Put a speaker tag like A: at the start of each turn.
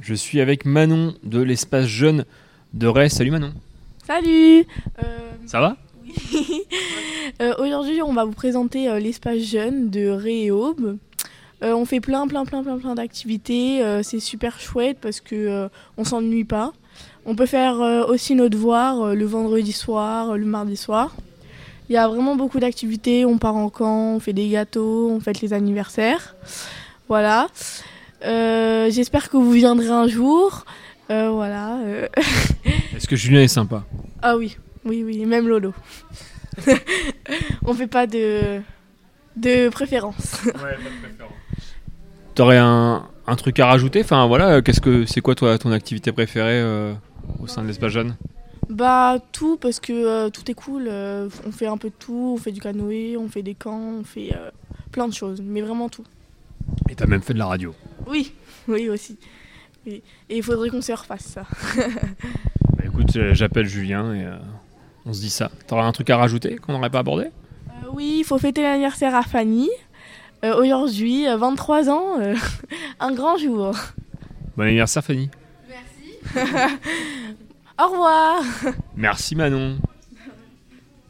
A: Je suis avec Manon de l'espace jeune de Rennes. Salut Manon.
B: Salut Euh,
A: Ça va
B: euh, Aujourd'hui, on va vous présenter euh, l'espace jeune de Ré et Aube. Euh, on fait plein, plein, plein, plein, plein d'activités. Euh, c'est super chouette parce que euh, on s'ennuie pas. On peut faire euh, aussi nos devoirs euh, le vendredi soir, euh, le mardi soir. Il y a vraiment beaucoup d'activités. On part en camp, on fait des gâteaux, on fête les anniversaires. Voilà. Euh, J'espère que vous viendrez un jour. Euh, voilà. euh.
A: Est-ce que Julien est sympa
B: Ah oui, oui, oui, et même Lolo. On fait pas de, de préférence.
A: T'aurais un, un truc à rajouter Enfin voilà, euh, qu'est-ce que c'est quoi toi ton activité préférée euh, au sein de l'espace jeune
B: Bah tout, parce que euh, tout est cool. euh, on fait un peu de tout, on fait du canoë, on fait des camps, on fait euh, plein de choses, mais vraiment tout.
A: Et t'as même fait de la radio.
B: Oui, oui aussi. Oui. Et il faudrait qu'on se refasse ça.
A: Bah écoute, euh, j'appelle Julien et euh, on se dit ça. T'aurais un truc à rajouter qu'on n'aurait pas abordé
B: Euh, oui, il faut fêter l'anniversaire à Fanny. Euh, Aujourd'hui, euh, 23 ans, euh, un grand jour.
A: Bon anniversaire Fanny.
B: Au revoir
A: Merci Manon.